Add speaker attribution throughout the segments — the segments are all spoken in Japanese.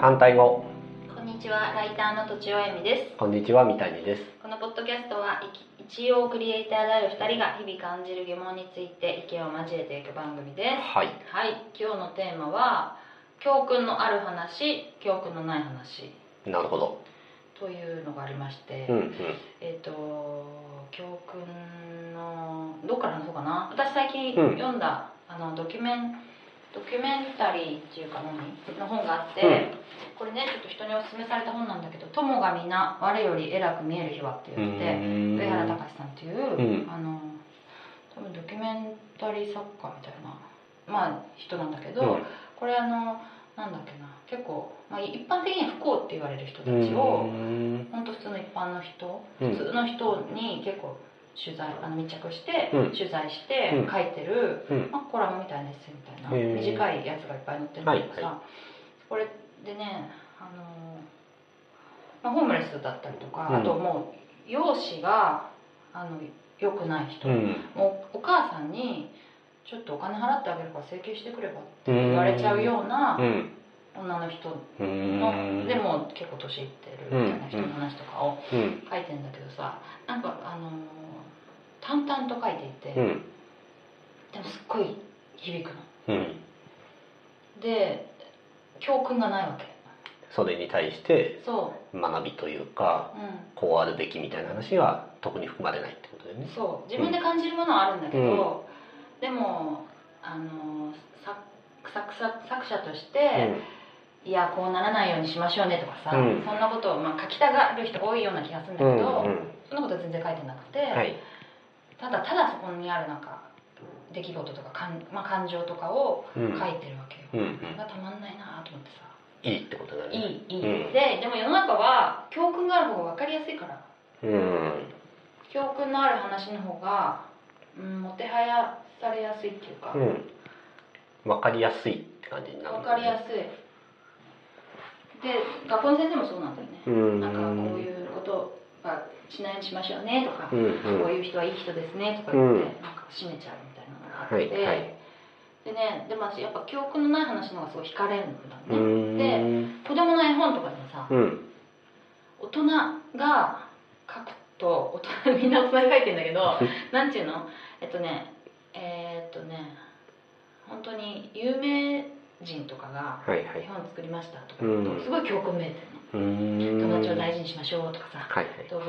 Speaker 1: 反対語
Speaker 2: こんにちは、ライターのとちおえみです。
Speaker 1: こんにちは三谷です
Speaker 2: このポッドキャストは、いき一応クリエイターである二人が日々感じる疑問について意見を交えていく番組で
Speaker 1: はい
Speaker 2: す。はい、今日のテーマは、教訓のある話、教訓のない話
Speaker 1: なるほど
Speaker 2: というのがありまして、
Speaker 1: うんうん
Speaker 2: えっ、と、教訓の、どっから話そうかな。私最近
Speaker 1: うん
Speaker 2: 読んだ、あの、ドキュメン、ドキュメンタリーっていうか何の本があって、
Speaker 1: うん
Speaker 2: これねちょっと人におすすめされた本なんだけど「友が皆我より偉く見える日は」って言って、
Speaker 1: ん
Speaker 2: 上原隆さんっていう、
Speaker 1: うん
Speaker 2: あの多分ドキュメンタリー作家みたいな、まあ、人なんだけど、
Speaker 1: うん
Speaker 2: これあのなんだっけな結構、まあ、一般的に不幸って言われる人た
Speaker 1: うん
Speaker 2: ちを、本当普通の一般の人、
Speaker 1: うん
Speaker 2: 普通の人に結構取材あの密着して、
Speaker 1: うん
Speaker 2: 取材して
Speaker 1: うん
Speaker 2: 書いてる、
Speaker 1: うん
Speaker 2: まあ、コラムみたいなエッセイみたいな
Speaker 1: へー
Speaker 2: 短いやつがいっぱい載ってるんだけどさ、
Speaker 1: はい
Speaker 2: これでねあの、まあ、ホームレスだったりとか、
Speaker 1: うん
Speaker 2: あともう容姿があの良くない人、
Speaker 1: うん
Speaker 2: もうお母さんに「ちょっとお金払ってあげるから請求してくれば」って言われちゃうような
Speaker 1: うん
Speaker 2: 女の人
Speaker 1: うん
Speaker 2: のでも結構年いってるみたいな人の話とかを
Speaker 1: うん
Speaker 2: 書いてんだけどさなんかあのー淡々と書いていて、
Speaker 1: う
Speaker 2: で
Speaker 1: ん
Speaker 2: もすっごい響くの
Speaker 1: うん
Speaker 2: で教訓がないわけ
Speaker 1: それに対して
Speaker 2: そ
Speaker 1: 学びというか
Speaker 2: う、う
Speaker 1: こうあるべきみたいな話は特に含まれないってことだよ
Speaker 2: ん、
Speaker 1: ね
Speaker 2: そう自分で感じるものはあるんだけど、でもあのー作作作作者として、いやこうならないようにしましょうねとかさ、
Speaker 1: うん
Speaker 2: そんなことを、まあ、書きたがる人が多いような気がするんだ
Speaker 1: うん
Speaker 2: けど、
Speaker 1: うん
Speaker 2: そんなことは全然書いてなくて、
Speaker 1: うんはい
Speaker 2: ただただそこにあるなんか出来事とかかん、まあ、感情とかを
Speaker 1: うん
Speaker 2: 書いてるわけよ、
Speaker 1: うんう
Speaker 2: それ
Speaker 1: ん
Speaker 2: がたまんないなと思ってさ
Speaker 1: いいってことだ
Speaker 2: い
Speaker 1: ね
Speaker 2: いいい、
Speaker 1: うん
Speaker 2: ででも世の中は教訓がある方が分かりやすいから
Speaker 1: うん
Speaker 2: 教訓のある話の方が、うん、もてはやされやすいっていうか、
Speaker 1: う
Speaker 2: 分
Speaker 1: んわかりやすいって感じになる
Speaker 2: かりや
Speaker 1: す
Speaker 2: すいで学校の先生もそうなんだよね、
Speaker 1: うん
Speaker 2: なんかこういうことはしないようにしましょうねとか、
Speaker 1: うんうん
Speaker 2: こういう人はいい人ですねとか言って、
Speaker 1: うん
Speaker 2: なんか締めちゃうみたいなのがあっ
Speaker 1: は
Speaker 2: て、
Speaker 1: いはい
Speaker 2: でねでも私やっぱ記憶のない話の方がすごい惹かれるんだ
Speaker 1: う
Speaker 2: ね、
Speaker 1: ん
Speaker 2: 子供の絵本とかでもさ、
Speaker 1: うん
Speaker 2: 大人が書くと大人みんな大人が書いてんだけ どなんていうのえっとねえーっとね本当に有名人とかが
Speaker 1: はいは
Speaker 2: 絵
Speaker 1: い
Speaker 2: 本作りましたとか言うと、
Speaker 1: うん
Speaker 2: すごい教訓めいて
Speaker 1: うん
Speaker 2: るの友達を大事にしましょうとかさ
Speaker 1: はい
Speaker 2: 動物を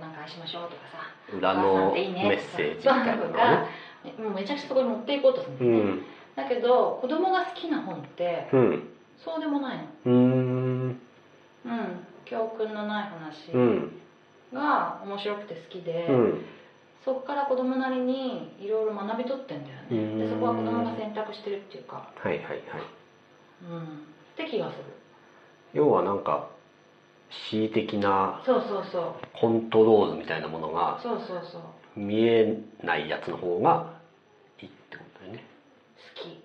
Speaker 2: なんか愛しましょうとかさ
Speaker 1: はい裏のメッセージみたいなのがね
Speaker 2: ねもうめちゃくちゃそこに持っていこうとするん
Speaker 1: う
Speaker 2: だよね、
Speaker 1: ん
Speaker 2: だけど子供が好きな本って
Speaker 1: うん
Speaker 2: そうでもないの
Speaker 1: うん
Speaker 2: うん教訓のない話
Speaker 1: うん
Speaker 2: が面白くて好きで、
Speaker 1: うん
Speaker 2: そこから子供なりにいろいろ学び取ってんだよ
Speaker 1: う
Speaker 2: ね
Speaker 1: ん
Speaker 2: でそこは子供が選択してるっていうか
Speaker 1: はいはいはい
Speaker 2: うんって気がする
Speaker 1: 要はなんか恣意的な
Speaker 2: そうそうそう
Speaker 1: コントロールみたいなものが
Speaker 2: そうそうそう好
Speaker 1: 見えないやつの方がいいってことだよね
Speaker 2: き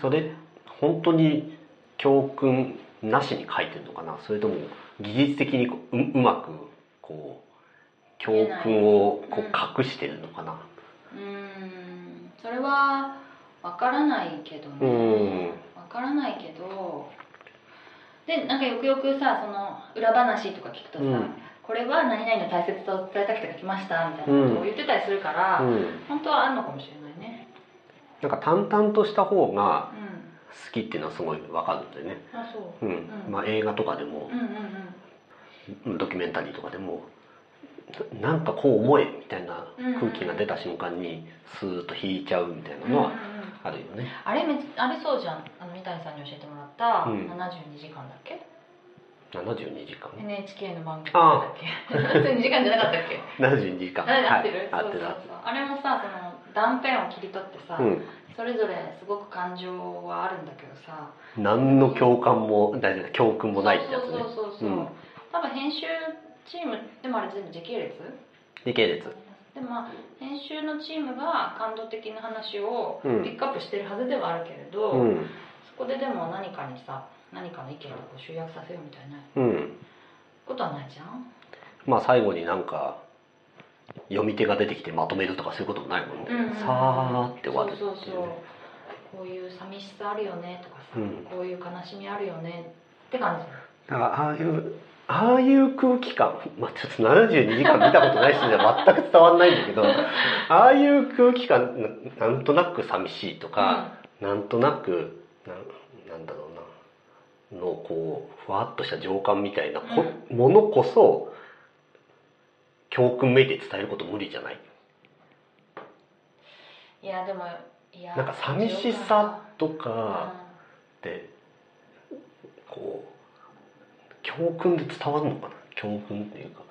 Speaker 1: それ本当に教訓なしに書いてるのかなそれとも技術的にこうううまくこう教訓をこ
Speaker 2: 見えな
Speaker 1: う隠してるのかな
Speaker 2: うーんそれはわからないけど
Speaker 1: う
Speaker 2: ね
Speaker 1: ん
Speaker 2: わからないけどでなんかよくよくさその裏話とか聞くとさ、
Speaker 1: うん
Speaker 2: これは何々の大切さを伝えたくて書きましたみたいなことを言ってたりするから、
Speaker 1: うん、
Speaker 2: 本当はあるのかもしれないね
Speaker 1: なんか淡々とした方
Speaker 2: う
Speaker 1: が
Speaker 2: ん
Speaker 1: 好きっていうのはすごいわかるんだよね、
Speaker 2: あそう
Speaker 1: うん
Speaker 2: うん
Speaker 1: まあ、映画とかでも
Speaker 2: うんうんうん
Speaker 1: ドキュメンタリーとかでもななんかこう思えみたいな空気が出た瞬間にスーッと引いちゃうみたいな
Speaker 2: うんうん
Speaker 1: の
Speaker 2: うん
Speaker 1: はあるよね。
Speaker 2: あれめあれそうじゃんあの三谷さんに教えてもらった「
Speaker 1: うん
Speaker 2: 72時間」だっけ、
Speaker 1: 72時間
Speaker 2: NHK の番組
Speaker 1: ああ
Speaker 2: だっけ72時間じゃなかったっけ
Speaker 1: 72時間
Speaker 2: あ合ってる、
Speaker 1: はい、
Speaker 2: そ
Speaker 1: 合
Speaker 2: う
Speaker 1: っ
Speaker 2: そ
Speaker 1: て
Speaker 2: う
Speaker 1: る合っ
Speaker 2: そうあれもさその断片を切り取ってさ、
Speaker 1: てるうん
Speaker 2: それぞれすごく感情はあるんだけどさ
Speaker 1: 何の共感も大事な教訓もないってやつね
Speaker 2: そうそうそうそう、
Speaker 1: うん
Speaker 2: 多分編集チームでもあれ全部時系列
Speaker 1: 時系列
Speaker 2: でもまあ編集のチームが感動的な話を
Speaker 1: うん
Speaker 2: ピックアップしてるはずではあるけれど、
Speaker 1: うん
Speaker 2: そこででも何かにさ何かの意見をこう集約させようみたいな
Speaker 1: うん
Speaker 2: ことはないじゃん
Speaker 1: まあ最後になんか読み手が出てきてまとめるとかそういうこともないもんね、
Speaker 2: うん
Speaker 1: さーって終わるってい
Speaker 2: そうう
Speaker 1: ね
Speaker 2: そうそうこういう寂しさあるよねとかさ、
Speaker 1: うん
Speaker 2: こういう悲しみあるよねっって感じ
Speaker 1: だからああいうああいう空気感、まあ、ちょっと72時間見たことない人には全く伝わんないんだけどああいう空気感ななんとなく寂しいとか、なんとなくなんなんだろうなのこうふわっとした情感みたいなこ、ものこそ教訓めいて伝えること無理じゃない
Speaker 2: うんいやでもいや
Speaker 1: なんか寂しさとかってこう教訓で伝わるのかな教訓っていうか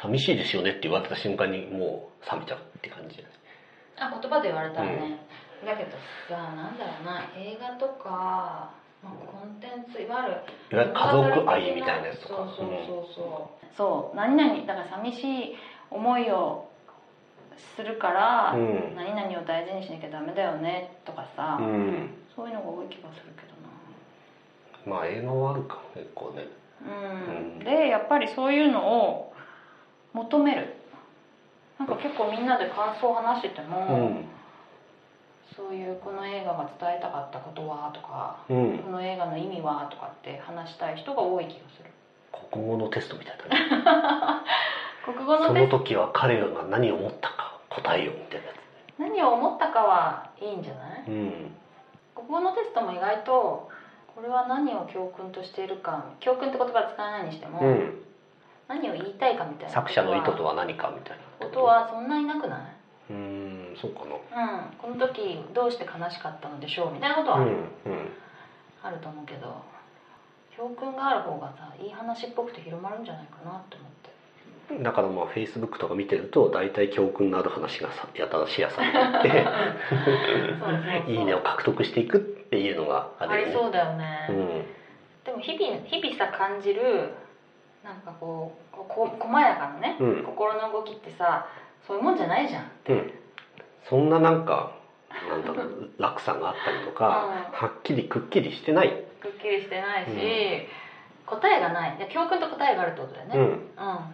Speaker 1: 寂しいですよねって言われた瞬間にもう冷めちゃうって感じじゃない
Speaker 2: あ言葉で言われたらね、だけどさなんだろうな映画とか、まあ、コンテンツいわゆる
Speaker 1: いわゆる家族愛みたいなやつとか
Speaker 2: そうそうそうそう,、そう何々だから寂しい思いをするから、
Speaker 1: うん
Speaker 2: 何々を大事にしなきゃダメだよねとかさ、
Speaker 1: うん、うん
Speaker 2: そういうのが多い気がするけどな
Speaker 1: まあ映画はあるか結構ね
Speaker 2: うん
Speaker 1: うん
Speaker 2: でやっぱりそういうのを求めるなんか結構みんなで感想を話してて
Speaker 1: う
Speaker 2: も、
Speaker 1: ん
Speaker 2: そういうこの映画が伝えたかったことはとか
Speaker 1: うん
Speaker 2: この映画の意味はとかって話したい人が多い気がする
Speaker 1: 国語のテストみたいだね
Speaker 2: 国語の
Speaker 1: そ
Speaker 2: テ
Speaker 1: の
Speaker 2: スト
Speaker 1: 時は彼らが何を思ったか答えようみたいなや
Speaker 2: 何を思ったかはいいんじゃない
Speaker 1: つうん
Speaker 2: 国語のテストも意外とこれは何を教訓としているか教訓って言葉は使わないにしても、
Speaker 1: うん、
Speaker 2: 何を言いたいかみたいな
Speaker 1: 作者の意図と
Speaker 2: は
Speaker 1: は何かみたいな
Speaker 2: ことはそんなになくないう
Speaker 1: ーんそうかな
Speaker 2: うん、この時どうして悲しかったのでしょうみたいなこと
Speaker 1: う
Speaker 2: は
Speaker 1: んうん
Speaker 2: あると思うけど、教訓がある方がさいい話っぽくて広まるんじゃないかなって思って
Speaker 1: だからまあフェイスブックとか見てると大体教訓のある話がさやたらシェアされていって
Speaker 2: そうそうそう
Speaker 1: いいねを獲得していくっていうのがあ
Speaker 2: あ
Speaker 1: るよ
Speaker 2: り
Speaker 1: ね。
Speaker 2: そうだよね、
Speaker 1: うん、
Speaker 2: でも日々日々さ感じるなんかこうここ細やかなね、
Speaker 1: うん
Speaker 2: 心の動きってさそういうもんじゃないじゃん
Speaker 1: うん、そんななんかなんだろう落差があったりとか、はっきりくっきりしてない、
Speaker 2: くっきりしてないし、
Speaker 1: うん
Speaker 2: 答えがないで教訓と答えがあるってことだよね、
Speaker 1: う
Speaker 2: うん
Speaker 1: ん、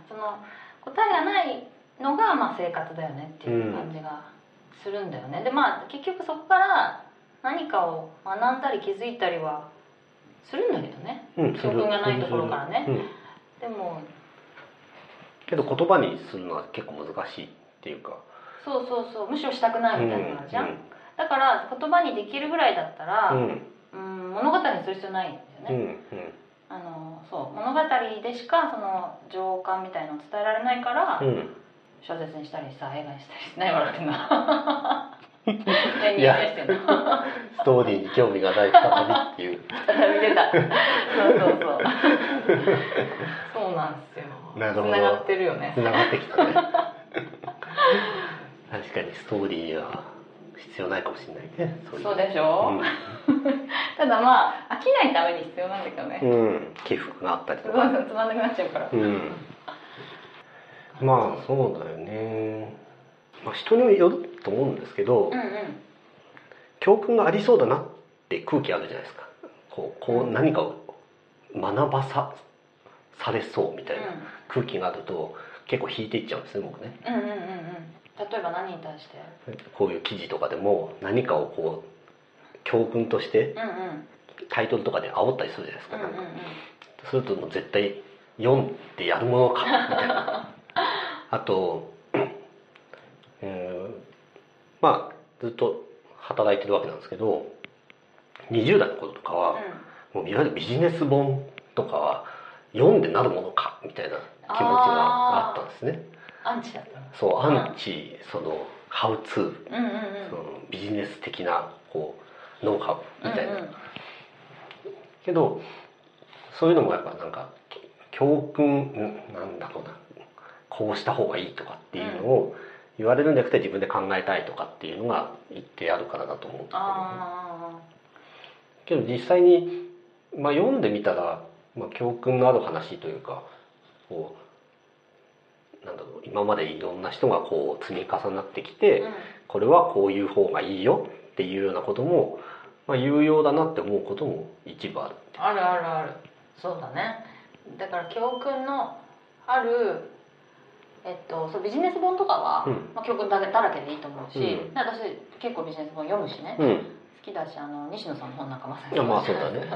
Speaker 2: その答えがないのがまあ生活だよねっていう感じがするんだよね、でまあ結局そこから何かを学んだり気づいたりはするんだけどね
Speaker 1: うん、
Speaker 2: 教訓がないところからね
Speaker 1: するうん、
Speaker 2: でも
Speaker 1: けど言葉にするのは結構難しいっていうか、
Speaker 2: そうそうそう無視をしたくないみたいなのがあるじゃん、
Speaker 1: うん
Speaker 2: だから言葉にできるぐらいだったら、
Speaker 1: う
Speaker 2: うんん、物語にする必要ないんだ
Speaker 1: う
Speaker 2: よね、
Speaker 1: ん
Speaker 2: あのそう物語でしかその情感みたいのを伝えられないから、
Speaker 1: うんうん
Speaker 2: 小説にしたりさ映画にしたりしない笑ってんの何
Speaker 1: いや
Speaker 2: 言ってんの
Speaker 1: ストーリーに興味がない再びっていう
Speaker 2: 再び出たそうそうそうそうなんですよ
Speaker 1: なるほど
Speaker 2: 繋がってるよね
Speaker 1: 繋がってきた ね確かにストーリーは必要ないかもしれないねそ
Speaker 2: そうでしょ、ただまあ飽きないために必要なんだけどね、
Speaker 1: うん、うん、起伏があったり
Speaker 2: す
Speaker 1: と
Speaker 2: ごい
Speaker 1: か
Speaker 2: つまんなくなっちゃうから、
Speaker 1: うんまあそうだよね、まあ、人によると思うんですけ
Speaker 2: う
Speaker 1: ど、
Speaker 2: んうん
Speaker 1: 教訓がありそうだなって空気あるじゃないですかこうこう何かを学ばさされそうみたいな空気があると結構引いていっちゃうんですね僕ね
Speaker 2: うんうんうんうんうん例えば何に対して
Speaker 1: こういう記事とかでも何かをこう教訓として
Speaker 2: うんうん
Speaker 1: タイトルとかで煽ったりするじゃないですか,、
Speaker 2: うんうんうん
Speaker 1: なんかするともう絶対読んでやるものかみたいな あとうんまあずっと働いてるわけなんですけど20代の頃とかは、もういわゆるビジネス本とかは読んでなるものかみたいな気持ちがあったんですね
Speaker 2: アンチだったの
Speaker 1: そう
Speaker 2: うん
Speaker 1: アンチそのハウツー
Speaker 2: うんうん
Speaker 1: そのビジネス的なこうノウハウ
Speaker 2: うん
Speaker 1: みたいな、
Speaker 2: うんうん
Speaker 1: けどそういうのもやっぱなんか教訓んなんだろうなこうした方がいいとかっていうのを言われるんじゃなくて自分で考えたいとかっていうのが一定あるからだと思うんですけどね、
Speaker 2: あ
Speaker 1: けど実際に、まあ、読んでみたら、まあ、教訓のある話というかこうなんだろう今までいろんな人がこう積み重なってき
Speaker 2: あ、
Speaker 1: て
Speaker 2: うん
Speaker 1: これはこういう方がいいよっていうようなことも、まあ、有用だなって思うことも一部ある。
Speaker 2: あるあるあるそうだねだから教訓のあるえっとそうビジネス本とかは、
Speaker 1: うん
Speaker 2: まあ、教訓だけだらけでいいと思うし、
Speaker 1: うん
Speaker 2: で私結構ビジネス本読むしね、
Speaker 1: うん、
Speaker 2: きだしあの西野さんの本なんかまさ
Speaker 1: い
Speaker 2: に
Speaker 1: やまあそう だね、はい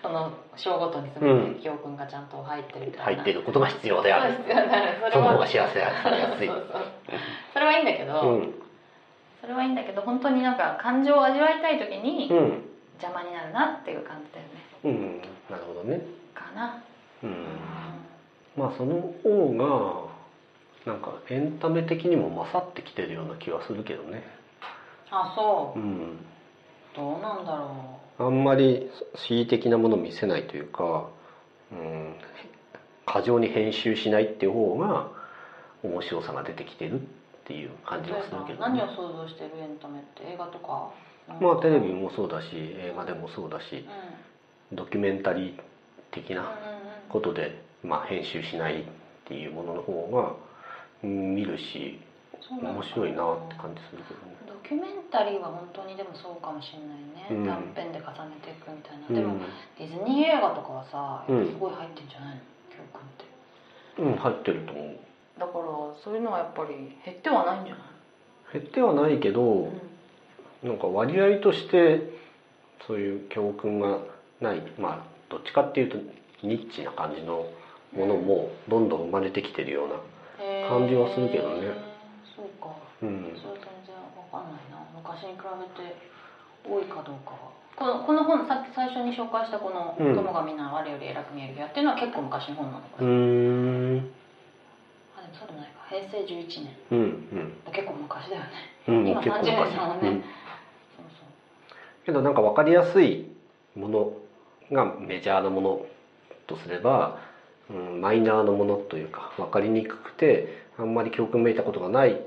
Speaker 2: その章ごとにその教訓がちゃんと入ってるみた
Speaker 1: 入
Speaker 2: いな、
Speaker 1: っていることが必要である
Speaker 2: そう必要だねそ
Speaker 1: そ
Speaker 2: れ
Speaker 1: の方
Speaker 2: は
Speaker 1: が幸せやされやすい
Speaker 2: そうそうそれはいいんだけど、
Speaker 1: うん
Speaker 2: それはいいんだけど本当になんか感情を味わいたい時に
Speaker 1: うん
Speaker 2: 邪魔になるなっていう感じだよね
Speaker 1: うんなるほどね
Speaker 2: かな、
Speaker 1: う
Speaker 2: うん
Speaker 1: んまあその方がなんかエンタメ的にも勝ってきてるような気はするけどね
Speaker 2: あそ
Speaker 1: うん
Speaker 2: うどうなんだろ
Speaker 1: あんまり恣意的なものを見せないというか、うん、過剰に編集しないっていう方が面白さが出てきてるってい
Speaker 2: う
Speaker 1: う感じ
Speaker 2: 例え
Speaker 1: がするけ
Speaker 2: ば
Speaker 1: ど、
Speaker 2: 何
Speaker 1: ね
Speaker 2: を、想像してるエンタメって映画とか
Speaker 1: まあテレビ
Speaker 2: うん
Speaker 1: もそうだし映画でもそうだし
Speaker 2: うんうん
Speaker 1: ドキュメンタリー的
Speaker 2: う
Speaker 1: なん
Speaker 2: うん
Speaker 1: ことで、まあ、編集しないっていうものの方がうん見るし
Speaker 2: そうなのかな
Speaker 1: 面白いなって感じするけどね。
Speaker 2: ドキュメンタリーは本当にでもそうかもしれないね、
Speaker 1: うん
Speaker 2: 短編で重ねていくみたいな、
Speaker 1: う
Speaker 2: でも
Speaker 1: ん
Speaker 2: ディズニー映画とかはさ
Speaker 1: うん
Speaker 2: すごい入ってんじゃないの教訓って
Speaker 1: うん、入ってると思う
Speaker 2: だからそういうのはやっぱり減ってはないんじゃない、
Speaker 1: 減ってはないけど、
Speaker 2: う
Speaker 1: なんか割合としてそういう教訓がないまあどっちかっていうとニッチな感じのものもどんどん生まれてきてるような、
Speaker 2: ん
Speaker 1: 感じはするけどね
Speaker 2: へーそうか
Speaker 1: うん
Speaker 2: それ全然わかんないな昔に比べて多いかどうかはこのこの本さっき最初に紹介したこの「
Speaker 1: うん
Speaker 2: 友がみんな我より偉く見えるや」っていうのは結構昔の本なのか
Speaker 1: うー
Speaker 2: な、
Speaker 1: ん
Speaker 2: あでもそうでもないか平成11年
Speaker 1: うんうん
Speaker 2: 結構昔だよね
Speaker 1: うん
Speaker 2: 今
Speaker 1: 結
Speaker 2: 30
Speaker 1: 構昔
Speaker 2: 年だもんね、
Speaker 1: うん
Speaker 2: そうそう
Speaker 1: けどなんか分かりやすいものがメジャーなものとすれば、うん、マイナーなものというか分かりにくくてあんまり教訓めいたことがない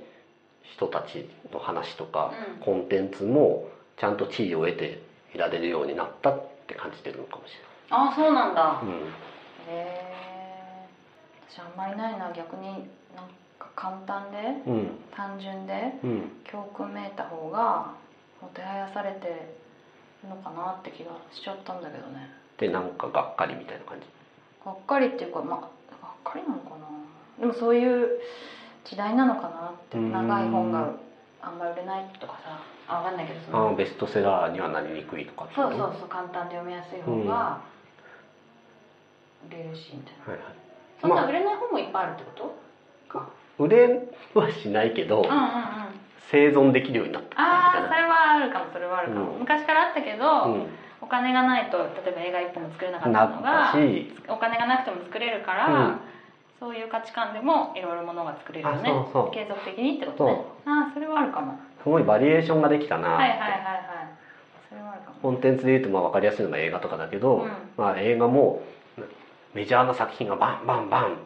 Speaker 1: 人たちの話とか、
Speaker 2: うん
Speaker 1: コンテンツもちゃんと地位を得ていられるようになったって感じてるのかもし
Speaker 2: ああそうなんだ
Speaker 1: れない。
Speaker 2: へえ私あんまりないな逆になんか簡単で
Speaker 1: うん
Speaker 2: 単純で
Speaker 1: うんうん
Speaker 2: 教訓めいた方がもてはやされてるのかなって気がしちゃったんだけどね
Speaker 1: でなんかがっかりみたいな感じ。
Speaker 2: がっかりっていうかまあがっかりなのかなでもそういう時代なのかなって
Speaker 1: うーん
Speaker 2: 長い本があんま売れないとかさあわかんないけどそ
Speaker 1: あ
Speaker 2: の
Speaker 1: ーベストセラーにはなりにくいとかってい
Speaker 2: そう
Speaker 1: の
Speaker 2: そうそう簡単で読みやすい方が売れるしみたいな、
Speaker 1: はいはい
Speaker 2: そん
Speaker 1: ま
Speaker 2: な
Speaker 1: あ
Speaker 2: 売れない本もいっぱいあるってことか
Speaker 1: 売れはしないけ
Speaker 2: うん
Speaker 1: ど、
Speaker 2: うんうんあ
Speaker 1: 生存できるようになったって感じ
Speaker 2: あーそれはあるかもそれはあるかも、
Speaker 1: うん
Speaker 2: 昔からあったけど、
Speaker 1: かな。
Speaker 2: お金がないと例えば映画一本も作れなか
Speaker 1: うん、
Speaker 2: ったの
Speaker 1: な
Speaker 2: が
Speaker 1: ったし。
Speaker 2: お金がなくても作れるから、
Speaker 1: うん
Speaker 2: そういう価値観でもいろいろものが作れるよね
Speaker 1: あそうそう
Speaker 2: 継続的にってことねああそれはあるかも
Speaker 1: すごいバリエーションができたなって、
Speaker 2: はいはいはいはいそれはあるか
Speaker 1: コ
Speaker 2: も
Speaker 1: ンテンツで言うとまあ分かりやすいのが映画とかだけど、
Speaker 2: うん
Speaker 1: まあ、映画もメジャーな作品がバンバンバン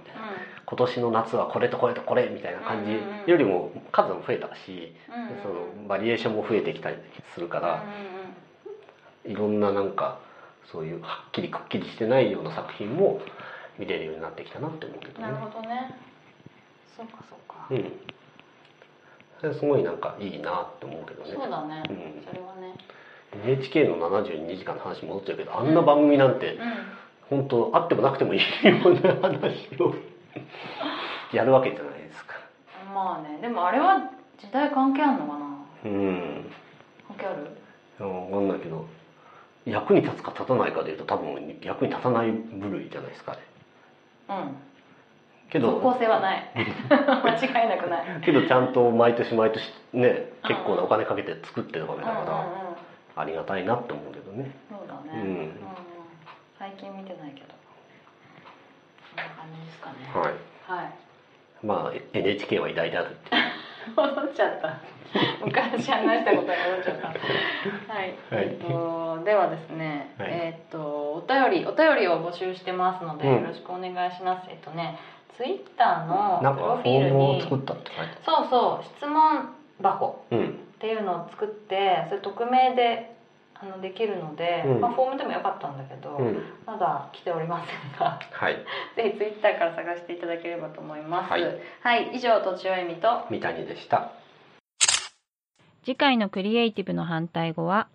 Speaker 1: 今年の夏はこれとこれとこれみたいな感
Speaker 2: うんうんうん
Speaker 1: じよりも数も増えたし、
Speaker 2: うんうんうん
Speaker 1: そのバリエーションも増えてきたりするから、いろんななんかそういうはっきりくっきりしてないような作品も見れるようになってきたなって思うけ
Speaker 2: う
Speaker 1: ど
Speaker 2: ん、な
Speaker 1: ね
Speaker 2: る。ほどねそうかそうか、
Speaker 1: うんそれすごいなんかいいなって思うけどね。
Speaker 2: そうだね、
Speaker 1: うん
Speaker 2: それはね
Speaker 1: NHK の72時間の話戻っちゃうけどあんな番組なんて
Speaker 2: う
Speaker 1: 本当あってもなくてもいいような話を やるわけじゃないですか
Speaker 2: んまあねでもあれは時代関係あるのかな
Speaker 1: うん
Speaker 2: 関係ある
Speaker 1: 分かんないけど役に立つか立たないかでいうと多分役に立たない部類じゃないですかね
Speaker 2: うん
Speaker 1: け
Speaker 2: 即効
Speaker 1: ど
Speaker 2: 性はない 間違いなくない
Speaker 1: けどちゃんと毎年毎年ね結構なお金かけて作ってるわ
Speaker 2: う
Speaker 1: け
Speaker 2: ん
Speaker 1: だから
Speaker 2: うんうん
Speaker 1: ありがたいなって思うけどね
Speaker 2: そうだね、
Speaker 1: うん
Speaker 2: 最近見てないけどこんな感じですかね
Speaker 1: はい
Speaker 2: はい
Speaker 1: まあ NHK は偉大であるって
Speaker 2: 戻っちゃった昔話したことに戻っちゃった はい、えっとではですね、
Speaker 1: はい
Speaker 2: えっとお便りお便りを募集してますので、
Speaker 1: うん
Speaker 2: よろしくお願いしますえっとねツイッターの
Speaker 1: なん
Speaker 2: プロ
Speaker 1: か
Speaker 2: フ
Speaker 1: フ
Speaker 2: ィ
Speaker 1: ォ
Speaker 2: ー
Speaker 1: ー
Speaker 2: ル
Speaker 1: ム
Speaker 2: に
Speaker 1: を作ったって書いて
Speaker 2: そうそう質問箱
Speaker 1: あるうん
Speaker 2: っていうのを作ってそれ匿名であのできるので、
Speaker 1: うん
Speaker 2: まあ、フォームでもよかったんだけど、
Speaker 1: うん
Speaker 2: まだ来ておりませんが
Speaker 1: はい
Speaker 2: ぜひツイッターから探していただければと思います。は
Speaker 1: はいい、
Speaker 2: 以上とちおえみと
Speaker 1: 三谷でした
Speaker 3: 次回のクリエイティブの反対語は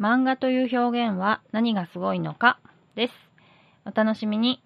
Speaker 3: 漫画という表現は何がすごいのかです。お楽しみに。